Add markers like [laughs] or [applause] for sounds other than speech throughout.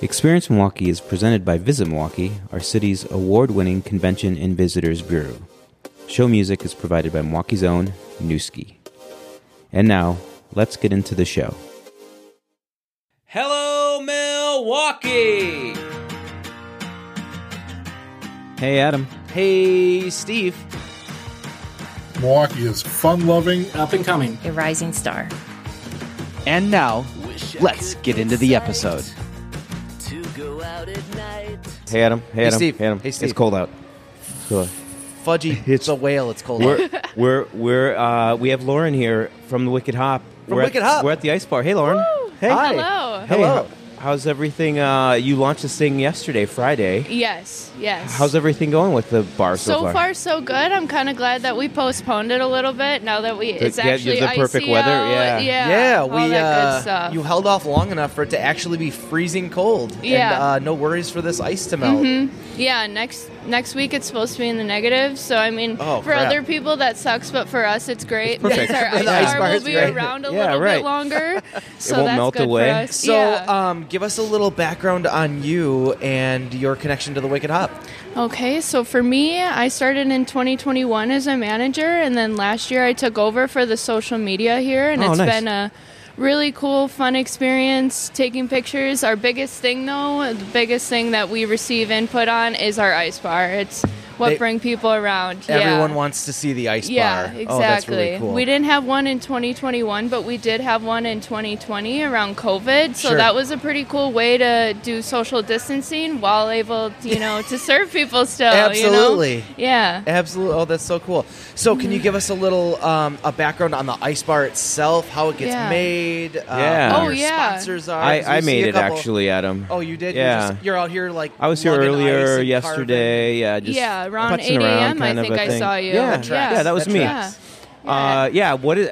Experience Milwaukee is presented by Visit Milwaukee, our city's award winning convention and visitors bureau. Show music is provided by Milwaukee's own Newski. And now, let's get into the show. Hello, Milwaukee! Hey, Adam. Hey, Steve. Milwaukee is fun loving. Up and coming. a rising star. And now, let's get into the episode. Hey, Adam. Hey, Adam. Steve. Hey, Adam. Hey, Steve. It's cold out. So, Fudgy, [laughs] it's a whale. It's called. we're we're we're uh, we have Lauren here from the Wicked Hop. From we're at, Wicked Hop. We're at the Ice Bar. Hey, Lauren. Hey. Hi. Hello. Hey, Hello. how- how's everything? Uh, you launched this thing yesterday, Friday. Yes, yes. How's everything going with the bar so, so far? so good. I'm kind of glad that we postponed it a little bit. Now that we it's get you actually the perfect icy weather, out. yeah. yeah, yeah, all we. that uh, good stuff. You held off long enough for it to actually be freezing cold. Yeah. Mm-hmm. And uh, no worries for this ice to melt. yeah, next next week it's supposed to be in the negative. So I mean, Oh, for crap. other people that sucks, but for us it's great It's perfect. [laughs] because [laughs] our The ice ice bar bar will is be great. around a Yeah, little right. [laughs] bit longer. So won't that's melt good away. For us. So, yeah. um, give us a little background on you and your connection to the Wicked Hop. Okay, so for me, I started in 2021 as a manager, and then last year I took over for the social media here, and Oh, it's nice. been a really cool, fun experience taking pictures. Our biggest thing, though, the biggest thing that we receive input on is our ice bar. It's what They- bring people around. Everyone yeah. wants to see the ice bar. Yeah, exactly. Oh, that's really cool. We didn't have one in 2021, but we did have one in 2020 around COVID. So Sure. that was a pretty cool way to do social distancing while able, you know, to serve people still. you know? Absolutely. Yeah. Absolutely. Oh, that's so cool. So, can you give us a little um, a background on the ice bar itself, how it gets Yeah. made? Uh, Yeah. who Oh, your yeah. Sponsors are. I, 'Cause we I see made a it couple- actually, Adam. Oh, you did. Yeah. You're, just, you're out here like I was here lugging ice earlier and yesterday. Yeah, just Yeah, around putzing 8 around a.m., I kind of think a I thing. saw you. Yeah, That tracks. yeah, that was That me. Yeah. tracks. Uh, yeah, what is?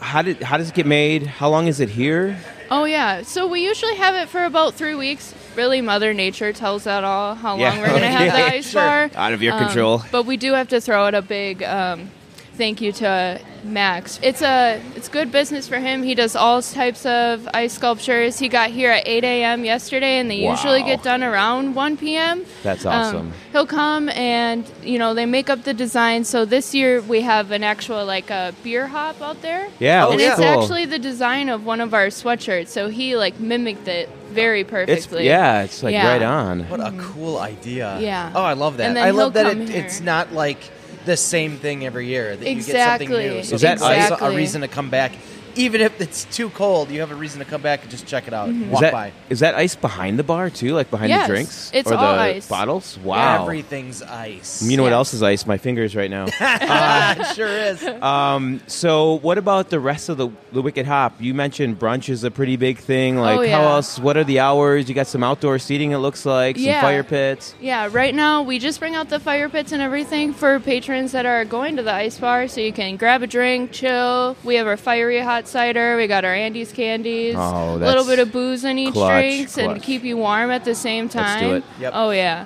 How did how does it get made? How long is it here? Oh yeah. So we usually have it for about three weeks. Really, Mother Nature tells that all how Yeah. long we're gonna have Okay. the ice Sure. bar. Out of your Um, control. But we do have to throw out a big um, thank you to Max. It's a it's good business for him. He does all types of ice sculptures. He got here at 8 a.m. yesterday, and they usually Wow. get done around 1 p.m. That's Um, awesome. he'll come and you know they make up the design. So this year we have an actual like a beer hop out there. Yeah, and oh, it's cool. actually the design of one of our sweatshirts. So he like mimicked it very It's perfectly. yeah, it's like Yeah. right on. What a cool idea. Mm-hmm. Yeah. Oh, I love that. And then I love he'll that come it, here. it's not like the same thing every year. That you get something new. Exactly. So Is that there's always a Exactly. reason to come back. Even if it's too cold, you have a reason to come back and just check it out. Is Mm-hmm. Walk that, by. is that ice behind the bar too? Like behind Yes, the drinks it's or all the ice. bottles? Wow. Everything's ice. you know what Yeah. else is ice? My fingers right [laughs] now. it sure is. um, so what about the rest of the, the Wicked Hop? You mentioned brunch is a pretty big thing. Like how Oh, yeah. else? What are the hours? You got some outdoor seating. It looks like some Yeah. fire pits. Yeah, right now we just bring out the fire pits and everything for patrons that are going to the ice bar so you can grab a drink, chill. We have our fiery hot cider, we got our Andes candies, Oh, a that's little bit of booze in each clutch, drinks clutch. and keep you warm at the same time. Let's do it. Yep. Oh yeah.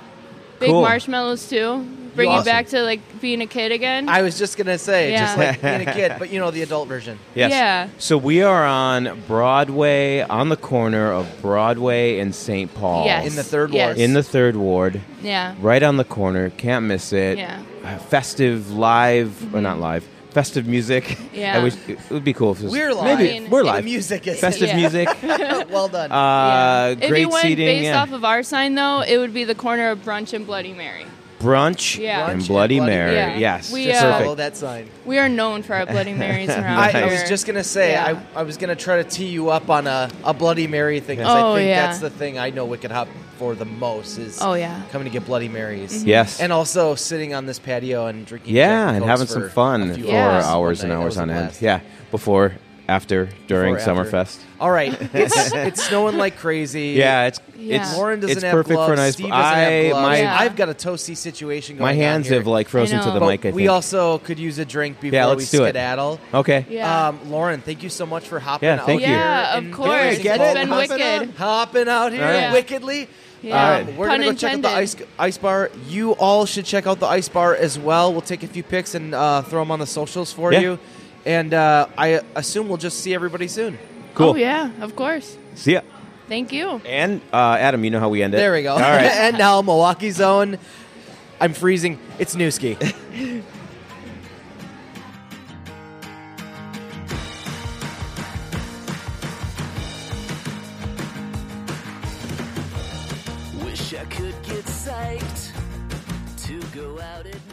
Big Cool. marshmallows too. Bring you, Awesome. back to like being a kid again. I was just gonna say, just Yeah. like being a [laughs] kid, but you know the adult version. Yes. Yeah. So we are on Broadway, on the corner of Broadway and St. Paul. Yes. In the third yes. ward. In the third ward. Yeah. right on the corner. Can't miss it. Yeah. Mm-hmm. Uh, Festive live or not live? Festive music. Yeah. I wish it would be cool if it was, We're live. Maybe I mean, we're it- live. Music is Festive [laughs] Yeah. music. well done. Uh, yeah. Great if you went seating. based yeah. off of our sign though, it would be the corner of brunch and Bloody Mary. brunch Yeah. Brunch and and Bloody Bloody Mary. Mary. Yeah. Yes. We, just uh, follow perfect. that sign. We are known for [laughs] our Bloody Marys around I, here. I was just gonna say Yeah. I, I was gonna try to tee you up on a, a Bloody Mary thing. 'cause Oh, I think yeah. that's the thing I know Wicked Hop for the most is Oh, yeah. Mm-hmm. coming to get Bloody Marys. Yes. and also sitting on this patio and drinking. Jack yeah, and Cokes having for some a fun for few Yeah. hours and one night. That hours was a on end. blast. Yeah, before, after, during Before, after. Summerfest. All right, it's, it's snowing like crazy. [laughs] Yeah, it's Yeah. it's Lauren doesn't it's have perfect gloves. for a nice. Steve doesn't I have gloves. my Yeah. I've got a toasty situation going my on hands here. have like frozen I to the know. mic. I But think. we also could use a drink before yeah, let's we do it. skedaddle. Okay. Yeah. Um, Lauren, thank you so much for hopping Yeah, out thank you. here. Yeah, of and course. doing It's this. been Hopping wicked. out- Hopping out here Alright. wickedly. Yeah. Um, we're Pun gonna go check out the ice, intended. ice bar. You all should check out the ice bar as well. We'll take a few pics and uh, throw them on the socials for Yeah. you. And uh, I assume we'll just see everybody soon. Cool. Oh yeah, Oh, of course. See ya. Thank you. And uh, Adam, you know how we end it. There we go. All right. [laughs] and now Milwaukee zone. I'm freezing. It's Newski. Wish I could get psyched to go out at